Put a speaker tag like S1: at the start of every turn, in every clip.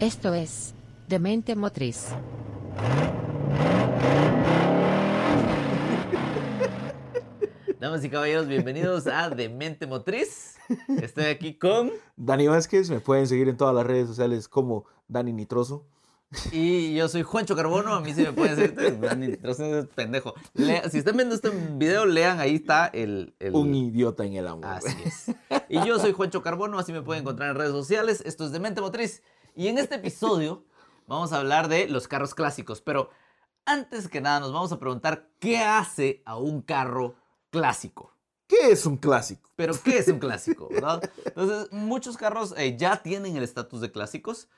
S1: Esto es Demente Motriz.
S2: Damas y caballeros, bienvenidos a Demente Motriz. Estoy aquí con.
S3: Dani Vázquez, me pueden seguir en todas las redes sociales como Dani Nitroso.
S2: Y yo soy Juancho Carbono. A mí sí me pueden decir. pues, Dani, entonces es pendejo. Lea- si están viendo este video, lean, ahí está el. el-
S3: Un idiota en el amor.
S2: Así es. Y yo soy Juancho Carbono, así me pueden encontrar en redes sociales. Esto es Demente Motriz. Y en este episodio vamos a hablar de los carros clásicos. Pero antes que nada, nos vamos a preguntar qué hace a un carro clásico.
S3: ¿Qué es un clásico?
S2: Pero ¿qué es un clásico? ¿verdad? Entonces, muchos carros eh, ya tienen el estatus de clásicos,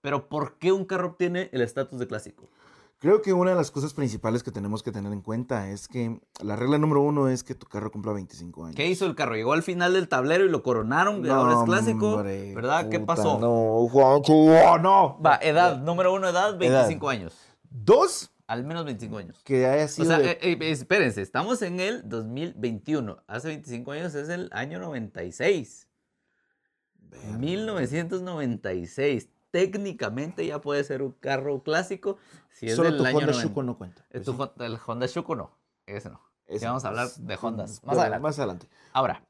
S2: pero ¿por qué un carro tiene el estatus de clásico?
S3: Creo que una de las cosas principales que tenemos que tener en cuenta es que la regla número uno es que tu carro cumpla 25 años.
S2: ¿Qué hizo el carro? Llegó al final del tablero y lo coronaron,
S3: No,
S2: ahora es clásico,
S3: hombre,
S2: ¿verdad? ¿Qué
S3: puta,
S2: pasó?
S3: No, Juancho, no.
S2: Va, edad, número uno, edad, 25 años.
S3: Dos,
S2: Al menos 25 años.
S3: que haya
S2: O
S3: sido
S2: sea,
S3: de-
S2: eh, eh, espérense, estamos en el 2021. Hace 25 años es el año 96. 1996. Técnicamente ya puede ser un carro clásico si es
S3: Solo
S2: del
S3: tu
S2: año
S3: Honda
S2: 90.
S3: Shuko no cuenta.
S2: Eh, tu
S3: Pues Sí.
S2: Hon- el Honda Shuko no, ese no. Ya
S3: Ese.
S2: vamos a hablar de Hondas más
S3: Pero
S2: adelante.
S3: Más adelante.
S2: Ahora,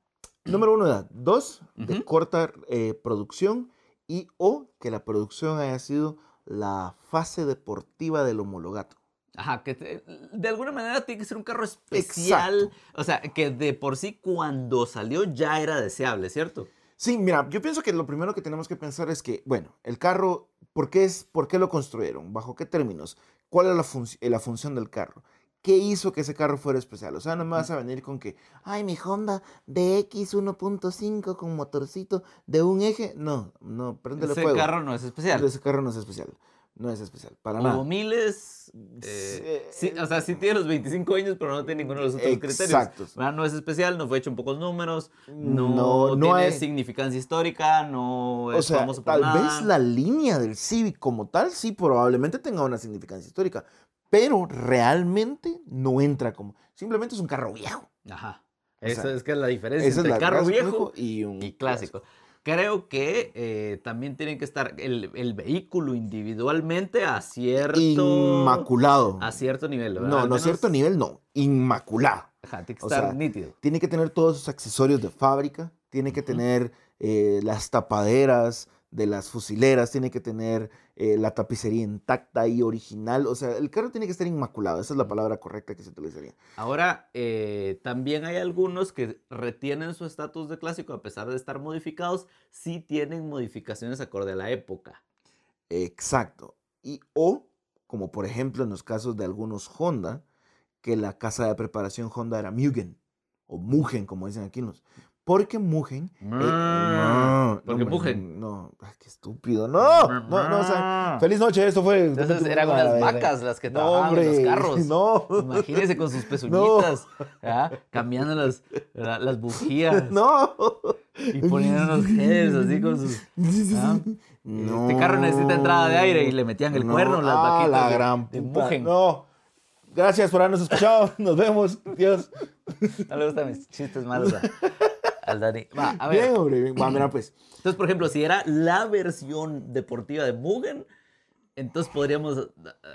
S3: Número uno, edad. Dos, de
S2: Ujú.
S3: corta eh, producción y o que la producción haya sido la fase deportiva del homologato.
S2: ajá, que te- de alguna manera tiene que ser un carro especial, o sea, que de por sí cuando salió ya era deseable, ¿cierto?
S3: Sí, mira, yo pienso que lo primero que tenemos que pensar es que, bueno, el carro, ¿por qué, es, por qué lo construyeron? ¿Bajo qué términos? ¿Cuál es la, func- eh, la función del carro? ¿Qué hizo que ese carro fuera especial? O sea, no me vas a venir con que, ay, mi Honda BX 1.5 con motorcito de un eje. No, no, préndele
S2: Ese
S3: fuego.
S2: carro no es especial.
S3: Ese carro no es especial. No es especial, para
S2: Hubo
S3: nada.
S2: miles, eh, sí, o sea, sí tiene los 25 años, pero no tiene ninguno de los otros
S3: Exacto.
S2: criterios. ¿verdad? No es especial, no fue hecho en pocos números,
S3: No,
S2: no,
S3: no
S2: tiene
S3: hay-
S2: significancia histórica, no es
S3: O sea,
S2: famoso por
S3: tal
S2: nada.
S3: vez la línea del Civic como tal sí probablemente tenga una significancia histórica, pero realmente no entra como. Simplemente es un carro viejo.
S2: Ajá.
S3: O
S2: Esa
S3: sea,
S2: es que es la diferencia
S3: Ese es
S2: entre
S3: la
S2: carro viejo
S3: clásico y un
S2: y clásico. Creo que eh, también tienen que estar el, el vehículo individualmente a cierto,
S3: Inmaculado.
S2: a cierto nivel. ¿verdad?
S3: No,
S2: Al
S3: no a
S2: menos,
S3: cierto nivel, no. Inmaculado.
S2: ajá, tiene que
S3: o
S2: estar
S3: sea,
S2: nítido.
S3: Tiene que tener todos sus accesorios de fábrica, tiene que
S2: Ujú.
S3: tener eh, las tapaderas de las fusileras, tiene que tener eh, la tapicería intacta y original. O sea, el carro tiene que estar inmaculado. Esa es la palabra correcta que se utilizaría.
S2: Ahora, eh, también hay algunos que retienen su estatus de clásico a pesar de estar modificados, si tienen modificaciones acorde a la época.
S3: Exacto. Y o, como por ejemplo en los casos de algunos Honda, que la casa de preparación Honda era Mugen, o Mugen, como dicen aquí los. Porque Mugen. eh,
S2: Mm,
S3: no,
S2: porque
S3: hombre,
S2: Mugen.
S3: No, ay, qué estúpido. No, no, no, o sea,
S2: Ah.
S3: feliz noche, esto fue.
S2: Mm. Entonces eran unas vacas las que
S3: No,
S2: trabajaban en
S3: hombre.
S2: los carros.
S3: No.
S2: Imagínese con sus pezuñitas, ¿ah? cambiando las, la- las bujías
S3: No.
S2: y poniendo unos headers así con sus... Ah, Este carro necesita entrada de aire y le metían el
S3: No.
S2: cuerno las
S3: Ah,
S2: vaquitas
S3: la
S2: de-
S3: gran
S2: de
S3: puta.
S2: Mugen.
S3: No. Gracias por habernos escuchado. Nos vemos. Dios.
S2: No le gustan mis chistes malos a- al Dani. Va, a ver.
S3: Bien, hombre. bien. Va, mira, pues.
S2: Entonces, por ejemplo, si era la versión deportiva de Mugen, entonces podríamos.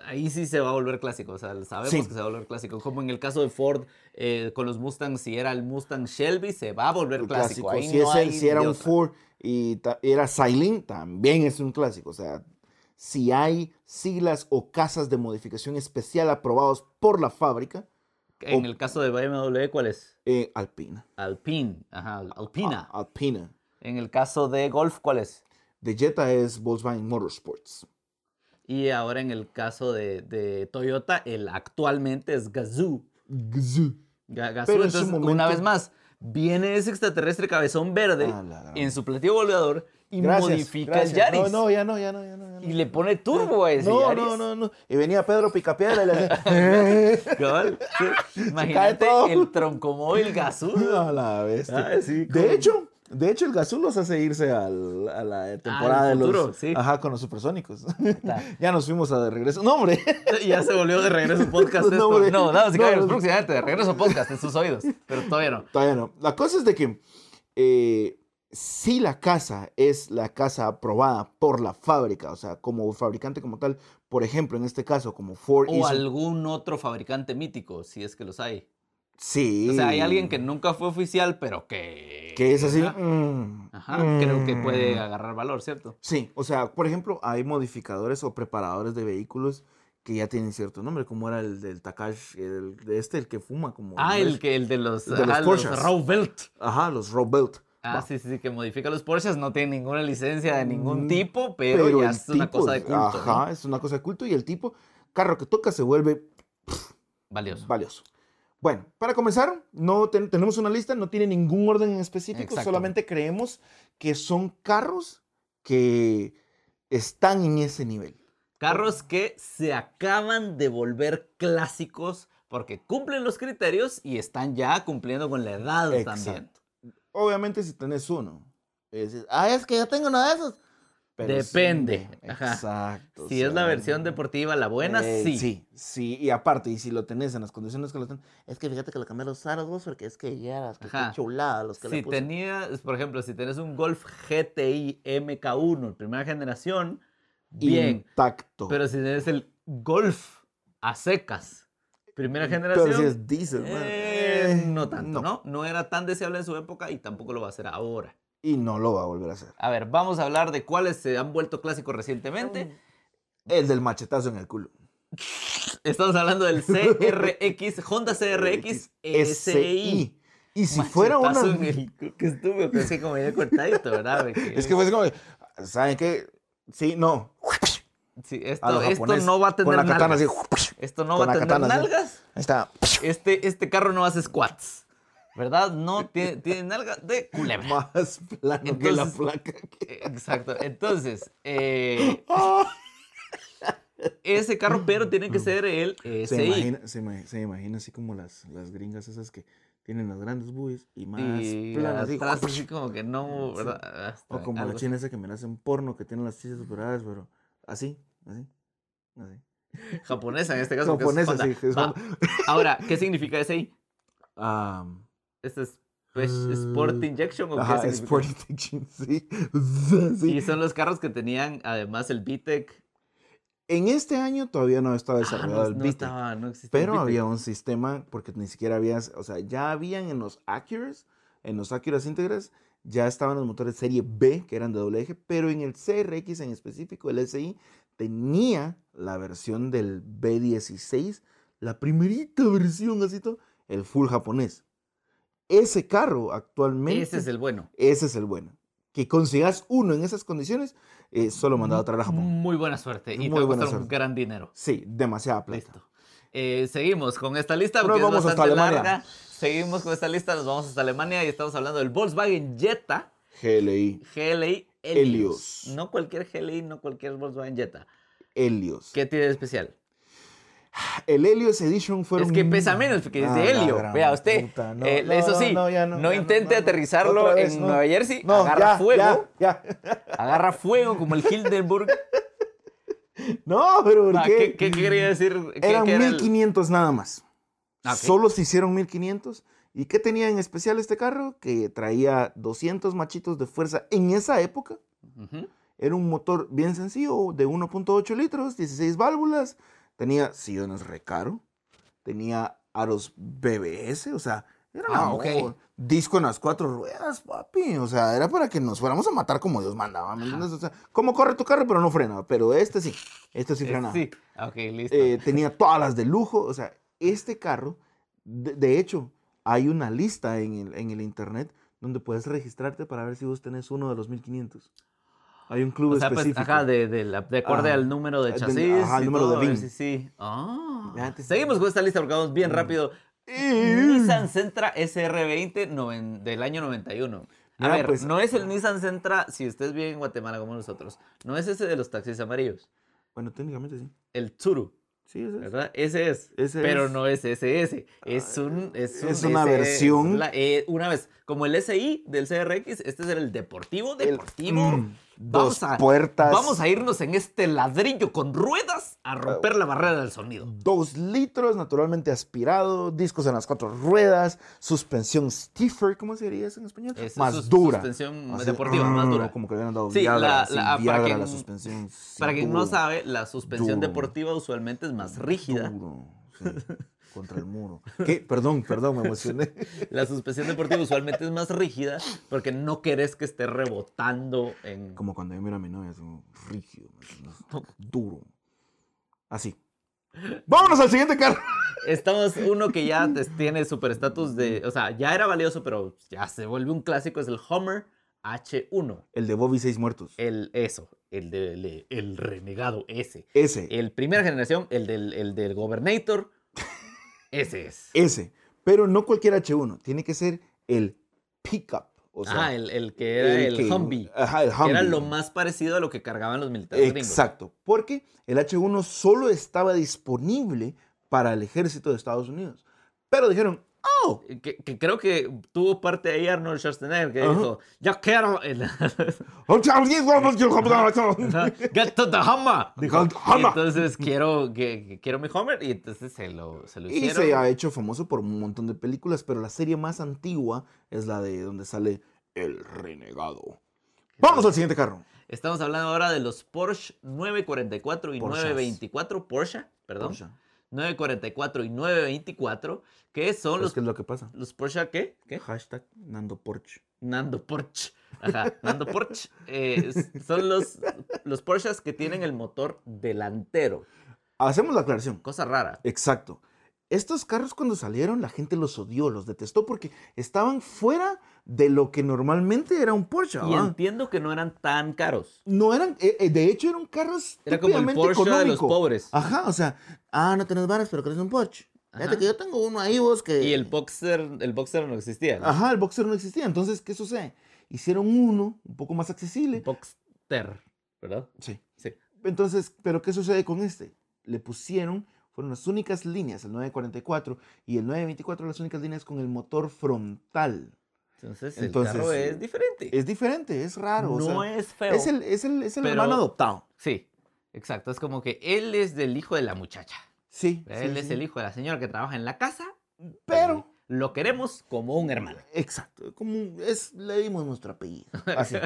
S2: Ahí sí se va a volver clásico. O sea, sabemos
S3: Sí.
S2: que se va a volver clásico. Como en el caso de Ford eh, con los Mustangs, si era el Mustang Shelby, se va a volver clásico. Ahí
S3: Si,
S2: no
S3: es el-
S2: hay
S3: si era
S2: de
S3: un
S2: otra.
S3: Ford y ta- era Silent, también es un clásico. O sea, si hay siglas o casas de modificación especial aprobados por la fábrica,
S2: En el caso de BMW, ¿cuál es?
S3: eh, Alpina.
S2: Alpine. Ajá, Alpina.
S3: A- Alpina.
S2: En el caso de Golf, ¿cuál es?
S3: De Jetta es Volkswagen Motorsports.
S2: Y ahora en el caso de, de Toyota, el actualmente es Gazoo.
S3: Gzu.
S2: Ga- Gazoo,
S3: Pero en su
S2: entonces, una
S3: momento-
S2: vez más, viene ese extraterrestre cabezón verde
S3: A la gran-
S2: en su platillo volador y
S3: Gracias,
S2: modifica el
S3: gracias.
S2: Yaris.
S3: No, no, ya no, ya no, ya no. ya no.
S2: Y le pone turbo a ese
S3: no,
S2: Yaris.
S3: no, no, no. Y venía Pedro Picapiedra y le hacía.
S2: Cabal, sí. Imagínate
S3: todo.
S2: el troncomóvil Gazoo.
S3: a la bestia.
S2: Ah, sí, como-
S3: de hecho, de hecho, el Gazú los hace irse al- a la temporada
S2: Ah, al
S3: de
S2: futuro,
S3: los.
S2: sí.
S3: Ajá, con los supersónicos.
S2: está.
S3: ya nos fuimos a de regreso. No, hombre.
S2: Y ya se volvió de regreso un podcast.
S3: No,
S2: esto.
S3: hombre.
S2: no, nada, se
S3: No,
S2: cae
S3: no.
S2: próximamente de regreso podcast en sus oídos. Pero todavía no.
S3: Todavía no. La cosa es de que eh, si la casa es la casa aprobada por la fábrica, o sea, como fabricante como tal, por ejemplo, en este caso, como Ford
S2: O
S3: hizo-
S2: algún otro fabricante mítico, si es que los hay.
S3: Sí.
S2: O sea, hay alguien que nunca fue oficial, pero que...
S3: que es así.
S2: Ajá,
S3: mm,
S2: Ajá, creo que
S3: mm.
S2: puede agarrar valor, ¿cierto?
S3: Sí, o sea, por ejemplo, hay modificadores o preparadores de vehículos que ya tienen cierto nombre, como era el del Takash, el de este, el que fuma como...
S2: Ah,
S3: ¿no
S2: el,
S3: es?
S2: que, el de los...
S3: El de los
S2: ajá,
S3: Porsches.
S2: Raw Belt.
S3: Ajá, los Robelt.
S2: Ah,
S3: Va.
S2: sí, sí, sí, que modifica los Porsches, no tiene ninguna licencia de ningún
S3: Mm,
S2: tipo, pero, ya
S3: el
S2: es una
S3: tipo
S2: cosa
S3: es-
S2: de culto. ¿no?
S3: Ajá, es una cosa de culto y el tipo, carro que toca se vuelve
S2: Valioso.
S3: valioso. Bueno, para comenzar, no ten- tenemos una lista, no tiene ningún orden en específico,
S2: Exacto.
S3: solamente creemos que son carros que están en ese nivel.
S2: Carros que se acaban de volver clásicos porque cumplen los criterios y están ya cumpliendo con la edad también.
S3: Exacto. Obviamente si tenés uno, dices, ah, es que yo tengo uno de esos. sí,
S2: Depende,
S3: no,
S2: ajá.
S3: Exacto. Eh,
S2: Si es la versión deportiva, la buena, Eh, sí.
S3: Sí, sí, y aparte, y si lo tenés en las condiciones que lo tenés, es que fíjate que lo cambiaron los aros vos porque es que ya las que
S2: Ajá.
S3: qué chulada los que
S2: Si
S3: le puse.
S2: tenías, por ejemplo, si tenés un Golf GTI MK1, primera generación, bien.
S3: Intacto.
S2: Pero si tenés el Golf a secas, primera generación,
S3: Pero si es diésel, man.
S2: eh, no tanto,
S3: No.
S2: no. No era tan deseable en su época y tampoco lo va a ser ahora.
S3: Y no lo va a volver a hacer.
S2: A ver, vamos a hablar de cuáles se han vuelto clásicos recientemente.
S3: El del machetazo en el culo.
S2: Estamos hablando del CRX, Honda CRX SI.
S3: Y si fuera una.
S2: Machetazo en el cu- Qué estúpido, pero es que como ya cortadito, ¿verdad? Porque-
S3: Es que fue así como. de, ¿Saben qué? Sí, no.
S2: Sí,
S3: A
S2: esto,
S3: lo
S2: esto
S3: japonés,
S2: no va a tener
S3: Con la katana
S2: nalgas.
S3: así.
S2: Esto no
S3: con
S2: va a
S3: la
S2: tener
S3: katana así.
S2: nalgas.
S3: Ahí está.
S2: Este, este carro no hace squats, ¿verdad? No tiene, tiene nalgas de culebra.
S3: Más plano que la
S2: Entonces-
S3: placa.
S2: Eh, Exacto. Entonces, eh, ese carro, pero tiene que ser el eh,
S3: Se,
S2: SI.
S3: imagina, se, ima- se imagina así como las, las gringas esas que tienen las grandes buis y más
S2: Y
S3: planas. así,
S2: atrás así como que no,
S3: Sí.
S2: ¿verdad? Ah, está
S3: O como
S2: algo
S3: la
S2: así.
S3: china esa que me hacen porno, que tiene las chichas operadas, pero así, así, así.
S2: Japonesa en este caso. porque es
S3: Japonesa,
S2: Honda.
S3: sí. que es
S2: Va.
S3: Honda.
S2: Ahora, ¿qué significa SI?
S3: Ah,
S2: ¿Este es Spe- Sport Injection o
S3: Eh, ajá,
S2: qué significa?
S3: Sport Addiction, sí. Sí.
S2: Y son los carros que tenían además el VTEC.
S3: En este año todavía no estaba
S2: Ah,
S3: desarrollado
S2: no,
S3: el
S2: no
S3: Vita,
S2: estaba, no existía. el
S3: pero
S2: VTEC.
S3: había un sistema, porque ni siquiera había, o sea, ya habían en los Acuras, en los Acuras íntegras, ya estaban los motores serie B, que eran de doble eje, pero en el CRX en específico, el SI, tenía la versión del B16, la primerita versión, así todo, el full japonés. Ese carro actualmente...
S2: Ese es el bueno.
S3: Ese es el bueno. Que consigas uno en esas condiciones, eh, solo mandado a traer a Japón.
S2: Muy buena suerte. Y
S3: Muy
S2: te va a
S3: buena
S2: costar un
S3: suerte.
S2: gran dinero.
S3: Sí, demasiada plata.
S2: Listo. Eh, seguimos con esta lista
S3: Pero
S2: porque
S3: vamos
S2: es
S3: hasta
S2: bastante
S3: Alemania.
S2: larga. Seguimos con esta lista, nos vamos hasta Alemania y estamos hablando del Volkswagen Jetta
S3: GLI.
S2: GLI Helios.
S3: Helios.
S2: No cualquier GLI, no cualquier Volkswagen Jetta.
S3: Helios.
S2: ¿Qué tiene de especial?
S3: El Helios Edition fue Ah,
S2: Es que pesa menos porque es de helio. Vea usted, eh, eso sí, no, intente aterrizarlo en Nueva Jersey, agarra fuego,
S3: Ya,
S2: agarra fuego como el Hildenburg.
S3: No, pero ¿por
S2: Va,
S3: qué?
S2: Ah, ¿Qué, qué quería decir? ¿Qué-
S3: Eran
S2: qué era el-
S3: 1500 nada más.
S2: Ah, ok.
S3: Solo se hicieron 1500. ¿Y qué tenía en especial este carro? Que traía 200 machitos de fuerza en esa época.
S2: Ujú.
S3: Era un motor bien sencillo, de 1.8 litros, 16 válvulas. Tenía sillones recaro. Tenía aros BBS, o sea, era
S2: Ah,
S3: una
S2: ok.
S3: mo- disco en las cuatro ruedas, papi. O sea, era para que nos fuéramos a matar como Dios mandaba, ¿me entiendes? O sea, como corre tu carro, pero no frena. Pero este sí, este sí
S2: Eh,
S3: frenaba.
S2: Sí, ok, listo.
S3: Eh, tenía todas las de lujo. O sea, este carro, de, de hecho, hay una lista en el, en el internet donde puedes registrarte para ver si vos tenés uno de los 1500. Hay un club
S2: o sea, pues,
S3: específico.
S2: ajá, de, de, la- de acorde
S3: Ajá.
S2: al número de
S3: Del-
S2: chasis.
S3: ajá, el
S2: y
S3: número de
S2: todo, a ver
S3: VIN.
S2: si sí. Ah.
S3: Ya Mm. te-
S2: Seguimos con esta lista porque vamos bien rápido.
S3: Mm.
S2: Nissan Sentra SR20 noven- del año 91. A
S3: Mira,
S2: ver,
S3: pues-
S2: no es el Nissan Sentra, si ustedes viven en Guatemala como nosotros, no es ese de los taxis amarillos,
S3: Bueno, técnicamente sí.
S2: el Tsuru,
S3: Sí, ese es.
S2: ¿verdad? Ese es,
S3: Ese
S2: pero
S3: es. Ah,
S2: no es SS, es un... Es, un
S3: Es una
S2: SS,
S3: versión.
S2: la- eh, una vez, como el SI del CRX, este es el deportivo,
S3: El-
S2: deportivo,
S3: Mm.
S2: Vamos
S3: dos
S2: a-
S3: puertas,
S2: Vamos a irnos en este ladrillo con ruedas a romper la barrera del sonido.
S3: dos litros naturalmente aspirado, discos en las cuatro ruedas, suspensión stiffer, ¿cómo se diría eso en español?
S2: Es
S3: más
S2: sus-
S3: dura.
S2: Suspensión
S3: Así,
S2: deportiva, más dura.
S3: Como que le hubieran dado
S2: Sí,
S3: Viagra,
S2: la-
S3: así,
S2: la- para
S3: Viagra,
S2: quien-
S3: la suspensión. sí,
S2: Para quien no
S3: duro,
S2: sabe, la suspensión
S3: Duro.
S2: deportiva usualmente es más rígida.
S3: duro, sí, contra el muro. ¿Qué? Perdón, perdón, me emocioné.
S2: La suspensión deportiva usualmente es más rígida porque no querés que esté rebotando en...
S3: Como cuando yo miro a mi novia, es como rígido, man, duro. Así. Vámonos al siguiente carro.
S2: Estamos uno que ya te- tiene super estatus de... O sea, ya era valioso, pero ya se vuelve un clásico. Es el Hummer H1.
S3: El de Bobby Seis Muertos.
S2: El eso, el del el renegado ese.
S3: Ese.
S2: El primera generación, el del, el del Gobernator. Ese es.
S3: Ese. Pero no cualquier H1. Tiene que ser el pickup. O sea,
S2: ah, el, el que era el,
S3: que-
S2: Humvee.
S3: Ajá, el
S2: que Era
S3: Humvee.
S2: lo más parecido a lo que cargaban los militares gringos.
S3: Exacto. Porque el H1 solo estaba disponible para el ejército de Estados Unidos. Pero dijeron, oh,
S2: Que, que creo que tuvo parte ahí Arnold Schwarzenegger que
S3: Ajá.
S2: dijo, yo quiero el...
S3: ¡Oh,
S2: Eh, Get to the Hummer. dijo.
S3: Get to the Hummer.
S2: Entonces quiero, que- que quiero mi Hummer y entonces se lo, se lo
S3: Y
S2: hicieron.
S3: se ha hecho famoso por un montón de películas, pero la serie más antigua es la de donde sale El Renegado. Vamos al siguiente carro.
S2: Estamos hablando ahora de los Porsche 944 y
S3: Porsches.
S2: 924, Porsche, perdón.
S3: Porsche.
S2: 944 y 924, que son
S3: ¿Sabes
S2: los,
S3: qué es lo que pasa?
S2: los Porsche, ¿qué? ¿Qué?
S3: Hashtag Nando Porsche.
S2: Nando Porsche. Ajá, Nando Porsche. eh, s- son los, los Porsches que tienen el motor delantero.
S3: Hacemos la aclaración.
S2: Cosa rara.
S3: Exacto. Estos carros cuando salieron la gente los odió, los detestó porque estaban fuera de lo que normalmente era un Porsche.
S2: Y
S3: ¿va?
S2: entiendo que no eran tan caros.
S3: No eran, eh, eh, de hecho eran carros
S2: Era como el
S3: típicamente
S2: Porsche de los
S3: económico.
S2: pobres.
S3: Ajá, o sea, ah, no tenés varas, pero querés un Porsche. Fíjate
S2: Ajá.
S3: que yo tengo uno ahí vos que...
S2: Y el boxer, el boxer no existía. ¿no?
S3: eh. Ajá, el boxer no existía. Entonces, ¿qué sucede? Hicieron uno un poco más accesible.
S2: Boxster, ¿verdad?
S3: Sí.
S2: Sí.
S3: Entonces, ¿pero qué sucede con este? Le pusieron, fueron las únicas líneas, el 944 y el 924, las únicas líneas con el motor frontal.
S2: Entonces,
S3: Entonces,
S2: el carro es diferente.
S3: Es diferente, es raro. o
S2: no
S3: sea,
S2: es feo.
S3: es el, es el, es el
S2: pero-
S3: hermano adoptado.
S2: Sí, exacto. Es como que él es del hijo de la muchacha.
S3: Sí.
S2: Él
S3: sí,
S2: es
S3: sí.
S2: el hijo de la señora que trabaja en la casa.
S3: Pero,
S2: Lo queremos como un hermano.
S3: exacto, como es, le dimos nuestro apellido. Así.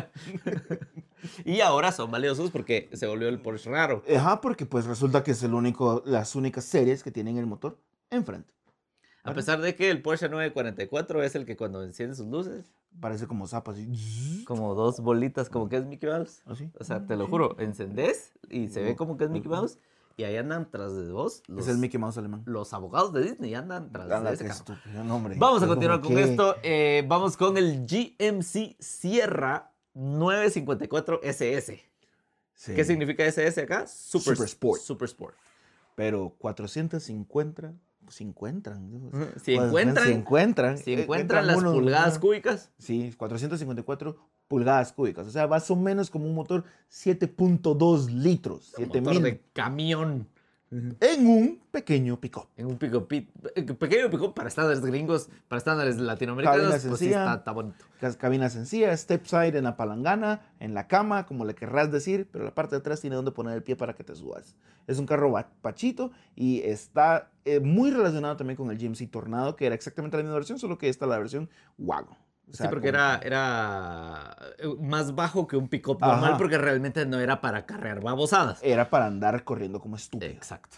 S2: Y ahora son valiosos porque se volvió el Porsche raro.
S3: Ajá, porque pues resulta que es el único, las únicas series que tienen el motor enfrente.
S2: A pesar de que el Porsche 944 es el que cuando enciende sus luces,
S3: Parece como zapas así.
S2: como dos bolitas, como que es Mickey Mouse.
S3: Así.
S2: O sea, te lo juro, encendés y se ve como que es Mickey Mouse y ahí andan tras de vos los,
S3: Es el Mickey Mouse alemán.
S2: los abogados de Disney andan tras
S3: Ala,
S2: de ese
S3: qué
S2: carro.
S3: estúpido, no, hombre.
S2: Vamos a
S3: Pero
S2: continuar
S3: como
S2: con
S3: que-
S2: esto. eh, vamos con el GMC Sierra 954 SS.
S3: Sí,
S2: ¿Qué significa SS acá? Super,
S3: Super Sport. Eh,
S2: Super Sport.
S3: Pero 450 se encuentran. digo,
S2: Si
S3: cuatro-
S2: encuentran-
S3: se encuentran.
S2: Si
S3: eh,
S2: encuentran las
S3: uno,
S2: pulgadas
S3: ajá.
S2: cúbicas,
S3: Sí, 454 pulgadas cúbicas. O sea, más o menos como un motor 7.2 litros.
S2: un motor
S3: 7000.
S2: de camión
S3: En un pequeño pick-up.
S2: en un pico eh, pequeño pico para estándares gringos, para estándares
S3: Cabina
S2: latinoamericanos, pues sí
S3: sencilla.
S2: está, está bonito.
S3: Cas- Cabina sencilla, step side en la palangana, en la cama, como le querrás decir, pero la parte de atrás tiene donde poner el pie para que te subas. Es un carro ba- pachito y está eh, muy relacionado también con el GMC Tornado, que era exactamente la misma versión, solo que esta la versión wagon. O sea,
S2: sí, porque
S3: como-
S2: era, era eh, más bajo que un pico
S3: Ajá. Eh,
S2: normal porque realmente no era para carrear babosadas.
S3: era para andar corriendo como estúpido,
S2: Exacto.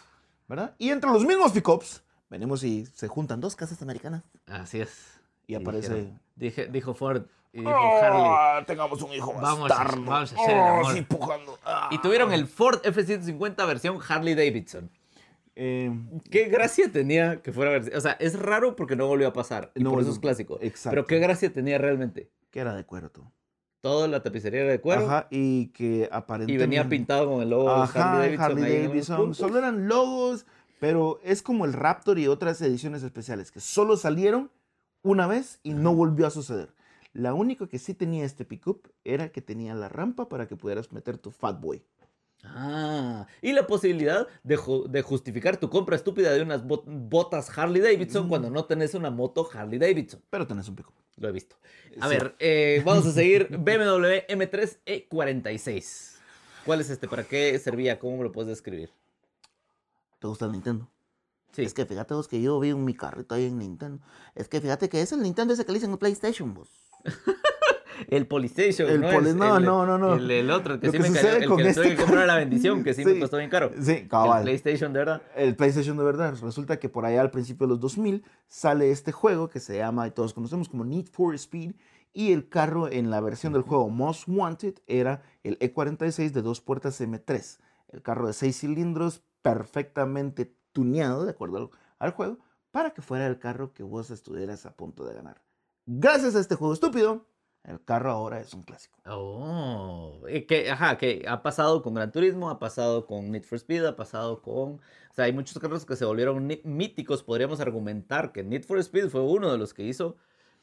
S3: ¿verdad? Y entre los mismos pickups, venimos y se juntan dos casas americanas
S2: Así es.
S3: y aparece...
S2: dijeron- dije, dijo Ford y dijo Harley.
S3: "Ah, tengamos un hijo
S2: Vamos a-
S3: bastardo.
S2: vamos a hacer el
S3: Ah,
S2: amor".
S3: sí, pujando. Ah.
S2: Y tuvieron el Ford F-150 versión Harley Davidson.
S3: Eh,
S2: ¿Qué gracia tenía que fuera versión? O sea, es raro porque no volvió a pasar. Y
S3: No
S2: por
S3: volvió-
S2: eso es clásico.
S3: exacto.
S2: Pero qué gracia tenía realmente.
S3: que era de cuero tú.
S2: Toda la tapicería era de cuero.
S3: Ajá, y que aparentemente...
S2: Y venía pintado con el logo de
S3: Ajá,
S2: Harley Davidson. ahí en
S3: Harley
S2: unos
S3: Davidson.
S2: puntos.
S3: Solo eran logos, pero es como el Raptor y otras ediciones especiales que solo salieron una vez y no volvió a suceder. La única que sí tenía este pickup era que tenía la rampa para que pudieras meter tu Fatboy.
S2: Ah, y la posibilidad de, ju- de justificar tu compra estúpida de unas bot- botas Harley
S3: Mm.
S2: Davidson cuando no tenés una moto Harley Davidson.
S3: Pero tenés un pico.
S2: Lo he visto. A
S3: Sí.
S2: ver, eh, vamos a seguir BMW M3 E46. ¿Cuál es este? ¿Para qué servía? ¿Cómo me lo puedes describir?
S4: ¿Te gusta el Nintendo?
S2: Sí.
S4: Es que fíjate vos que yo vi un mi carrito ahí en Nintendo. Es que fíjate que es el Nintendo ese que le dicen el PlayStation, vos.
S2: El Polystation.
S3: El
S2: ¿no?
S3: poli-
S2: Es
S3: no,
S2: el-
S3: no, no, no.
S2: El, el otro, el que
S3: Lo
S2: sí
S3: que
S2: me cayó,
S3: sucede
S2: el
S3: con
S2: que le
S3: este
S2: tuve que comprar
S3: car-
S2: la bendición, que sí,
S3: Sí.
S2: me costó bien caro.
S3: Sí,
S2: El
S3: cabal.
S2: PlayStation, de verdad.
S3: el PlayStation de verdad. Resulta que por allá al principio de los 2000 sale este juego que se llama, y todos conocemos como Need for Speed, y el carro en la versión del juego Most Wanted era el E E46 de dos puertas M3. El carro de seis cilindros perfectamente tuneado, de acuerdo al, al juego, para que fuera el carro que vos estuvieras a punto de ganar. Gracias a este juego estúpido, el carro ahora es un clásico.
S2: Oh, eh, que, ajá, que ha pasado con Gran Turismo, ha pasado con Need for Speed, ha pasado con... O sea, hay muchos carros que se volvieron ni- míticos. Podríamos argumentar que Need for Speed fue uno de los que hizo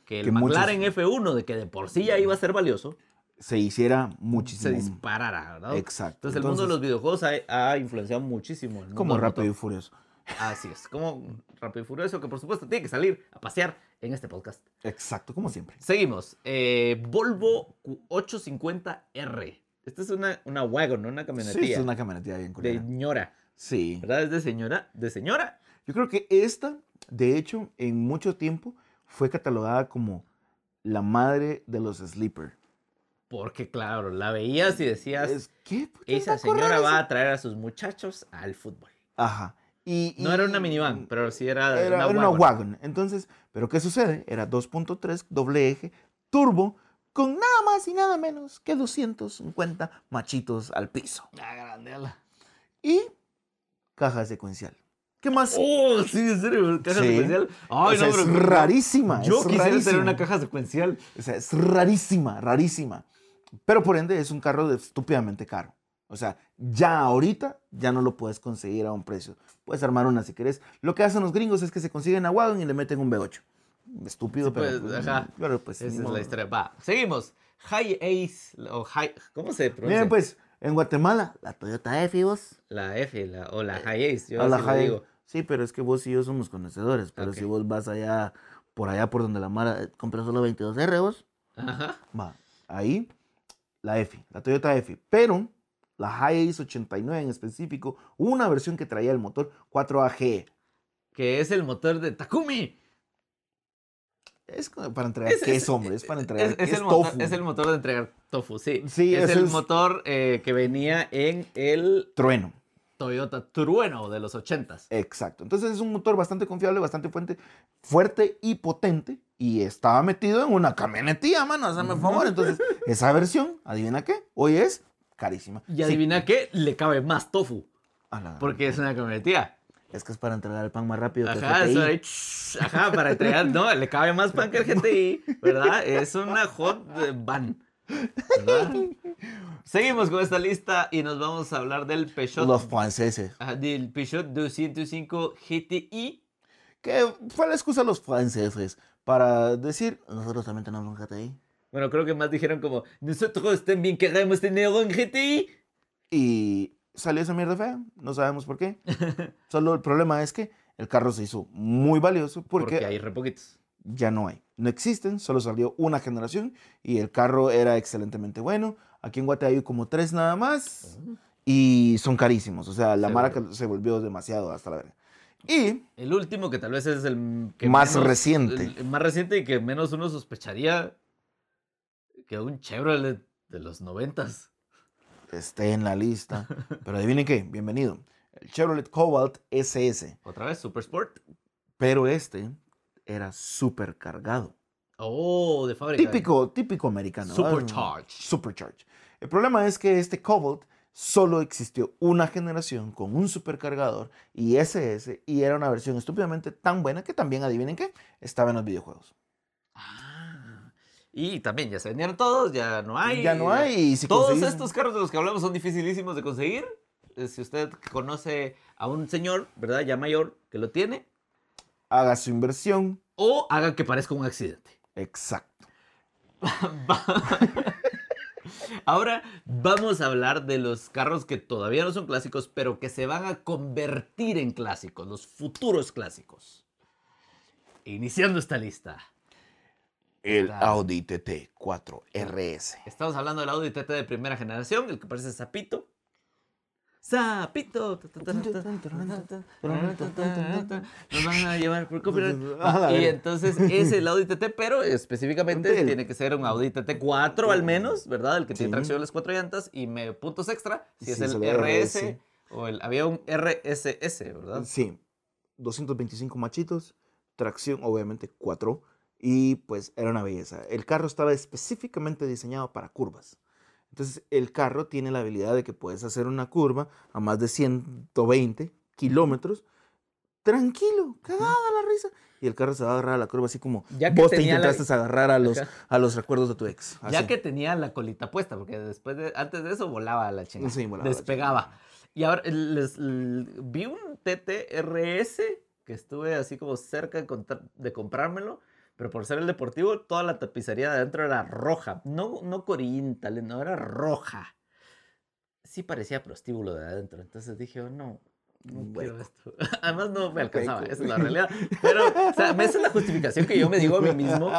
S2: que el
S3: Que muchos-
S2: McLaren F1, de que de por sí ya iba a ser valioso,
S3: Se hiciera
S2: se
S3: muchísimo.
S2: disparara, ¿verdad?
S3: Exacto.
S2: Entonces, el mundo de los videojuegos ha, ha influenciado muchísimo. el mundo
S3: como
S2: del
S3: rápido y
S2: motor.
S3: furioso.
S2: Así es, como Rápido y Furioso, que por supuesto tiene que salir a pasear en este podcast.
S3: Exacto, como siempre.
S2: Seguimos. Eh, Volvo 850R. Esta es una, una wagon, ¿no? una camionetilla.
S3: Sí, es una camionetilla bien
S2: de
S3: culera.
S2: señora.
S3: Sí.
S2: ¿Verdad? Es de señora. ¿De señora?
S3: Yo creo que esta, de hecho, en mucho tiempo fue catalogada como la madre de los sleeper.
S2: Porque, claro, la veías y decías,
S3: Es, ¿Qué? puta
S2: esa
S3: está corriendo
S2: señora va
S3: eso?
S2: a traer a sus muchachos al fútbol.
S3: Ajá. Y,
S2: No
S3: y-
S2: era una minivan, pero sí era,
S3: Era, era
S2: una,
S3: una,
S2: wagon.
S3: wagon. Entonces, ¿pero qué sucede? Era 2.3, doble eje, turbo, con nada más y nada menos que 250 machitos al piso.
S2: Ah, grande, ala.
S3: Y caja secuencial. ¿Qué más?
S2: ¡Oh! Sí, en serio, caja
S3: Sí.
S2: secuencial.
S3: O
S2: Ay,
S3: sea,
S2: no, pero-
S3: es rarísima.
S2: Yo
S3: es
S2: quisiera tener
S3: rarísima.
S2: una caja secuencial.
S3: O sea, es rarísima, rarísima. Pero por ende es un carro de- estúpidamente caro. O sea, ya ahorita ya no lo puedes conseguir a un precio. Puedes armar una si querés. Lo que hacen los gringos es que se consiguen a Wagon y le meten un V8. Estúpido,
S2: Sí,
S3: pero,
S2: pues, ajá.
S3: pero, pues, ni
S2: Esa es
S3: modo.
S2: la historia. Va, seguimos. High Ace, o High... ¿Cómo se pronuncia?
S3: Miren, pues, en Guatemala,
S4: La Toyota F, vos.
S2: La F, la- o la High Ace, yo
S3: Eh, a la
S2: así lo
S3: Jai-
S2: digo.
S4: Sí, pero es que vos y yo somos conocedores. Pero si
S2: Ok.
S4: vos vas allá, por allá por donde la Mara eh, compra solo 22R, vos.
S2: Ajá.
S3: va, ahí la F, la Toyota F. Pero la High Ace 89 en específico, hubo una versión que traía el motor 4AG.
S2: Que es el motor de Takumi.
S3: Es como para entregar
S2: Es- es-
S3: queso, hombre. Es para entregar
S2: Es, es
S3: queso.
S2: el motor,
S3: tofu.
S2: es el motor de entregar tofu, sí.
S3: Sí,
S2: es
S3: ese
S2: el
S3: es-
S2: motor eh, que venía en el
S3: Trueno.
S2: Toyota Trueno de los 80s.
S3: Exacto. Entonces es un motor bastante confiable, bastante fuerte, fuerte y potente. Y estaba metido en una camionetilla, mano. Hazme el favor. Entonces, esa versión, adivina qué, hoy es carísima.
S2: Y
S3: Sí. Ah.
S2: adivina qué, le cabe más tofu,
S3: A la-
S2: porque es una camionetía.
S4: Es que es para entregar el pan más rápido que
S2: Ajá,
S4: el
S2: eso
S4: GTI.
S2: ahí, shh, ajá, para entregar, no, le cabe más pan que el GTI, ¿verdad? Es una hot van. ¿verdad? Seguimos con esta lista y nos vamos a hablar del Peugeot,
S3: Los franceses.
S2: ajá, del Peugeot 205 GTI.
S3: Que fue la excusa de los franceses para decir,
S4: Nosotros también tenemos un GTI.
S2: Bueno, creo que más dijeron como, nosotros también queremos tener un GTI.
S3: y salió esa mierda fea. No sabemos por qué. Solo el problema es que el carro se hizo muy valioso
S2: Porque,
S3: porque
S2: hay re poquitos.
S3: ya no hay. No existen, solo salió una generación y el carro era excelentemente bueno. Aquí en Guate hay como tres nada más y son carísimos. O sea, la marca Oh. se volvió demasiado hasta la verga. Y
S2: El último, que tal vez es el que
S3: Más reciente.
S2: el- el más reciente y que menos uno sospecharía que un Chevrolet de los noventas.
S3: esté en la lista. Pero adivinen qué, bienvenido. El Chevrolet Cobalt SS.
S2: Otra vez, Super Sport.
S3: Pero este era súper cargado.
S2: Oh, de fábrica.
S3: Típico, típico americano. ¿verdad?
S2: Supercharged.
S3: Supercharged. El problema es que este Cobalt solo existió una generación con un supercargador y SS y era una versión estúpidamente tan buena que también, adivinen qué, estaba en los videojuegos.
S2: Ah, Y también ya se vendieron todos, ya no hay.
S3: ya no hay y si
S2: Todos
S3: conseguís-
S2: estos carros de los que hablamos son dificilísimos de conseguir. Eh, Si usted conoce a un señor, ¿verdad? Ya mayor, que lo tiene,
S3: haga su inversión.
S2: o haga que parezca un accidente.
S3: Exacto.
S2: Va- Ahora vamos a hablar de los carros que todavía no son clásicos, pero que se van a convertir en clásicos, los futuros clásicos. Iniciando esta lista,
S3: El
S2: Está.
S3: Audi TT4 RS.
S2: estamos hablando del Audi TT de primera generación, el que parece sapito. Sapito. Nos van a llevar por copyright.
S3: A la
S2: Y
S3: verga.
S2: entonces es el Audi TT, pero específicamente
S3: Del-
S2: tiene que ser un Audi TT 4 al menos, ¿verdad? El que tiene
S3: Sí.
S2: tracción de las cuatro llantas y me- puntos extra si es
S3: Sí, es
S2: el
S3: el
S2: RS
S3: RS.
S2: o el había un RSS, ¿verdad?
S3: Sí, 225 machitos, tracción obviamente 4 y pues era una belleza. El carro estaba específicamente diseñado para curvas. Entonces el carro tiene la habilidad de que puedes hacer una curva a más de 120 kilómetros. Tranquilo, cagada la risa. Y el carro se va a agarrar a la curva así como
S2: Ya que
S3: vos te
S2: tenía la-
S3: intentaste agarrar a los,
S2: Ajá.
S3: a los recuerdos de tu ex.
S2: Ya
S3: así.
S2: que tenía la colita puesta, porque después de, antes de eso volaba la chingada.
S3: Sí, volaba la
S2: despegaba. Y ahora el- les- l- vi un TTRS que estuve así como cerca de, contar- de comprármelo, pero por ser el deportivo, toda la tapicería de adentro era roja. No, no corintale, no era roja. Sí parecía prostíbulo de adentro. Entonces dije, oh, no. No
S3: Un
S2: quiero
S3: hueco.
S2: esto. Además no me alcanzaba,
S3: hueco.
S2: esa es la realidad. Pero, o sea, esa es la justificación que yo me digo a mí mismo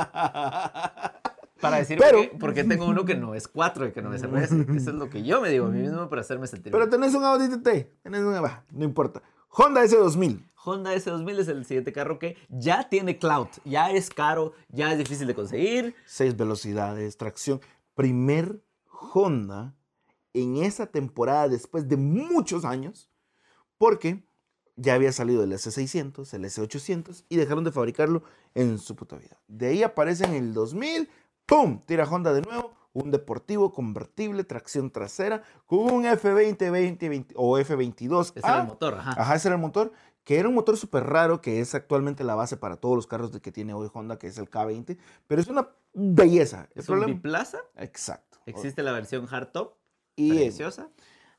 S2: para decir
S3: Pero-
S2: por, qué, por qué tengo uno que no es 4 y que no es RS. Eso es lo que yo me digo a mí mismo para hacerme sentir.
S3: Pero
S2: bien.
S3: tenés un Audi TT, tenés una baja, no importa. Honda S2000.
S2: Honda S2000 es el siguiente carro que ya tiene clout, ya es caro, ya es difícil de conseguir.
S3: seis velocidades, tracción. Primer Honda en esa temporada después de muchos años, porque ya había salido el S600, el S800 y dejaron de fabricarlo en su puta vida. De ahí aparece en el 2000, ¡pum! Tira Honda de nuevo, un deportivo convertible, tracción trasera, con un F20, 20, 20 o F22.
S2: Ese era el motor, ajá.
S3: Ajá, ese era el motor, que era un motor súper raro, que es actualmente la base para todos los carros de- que tiene hoy Honda, que es el K20, pero es una belleza. El
S2: es un
S3: problema-
S2: biplaza.
S3: Exacto.
S2: Existe la versión hardtop,
S3: Y el-
S2: preciosa.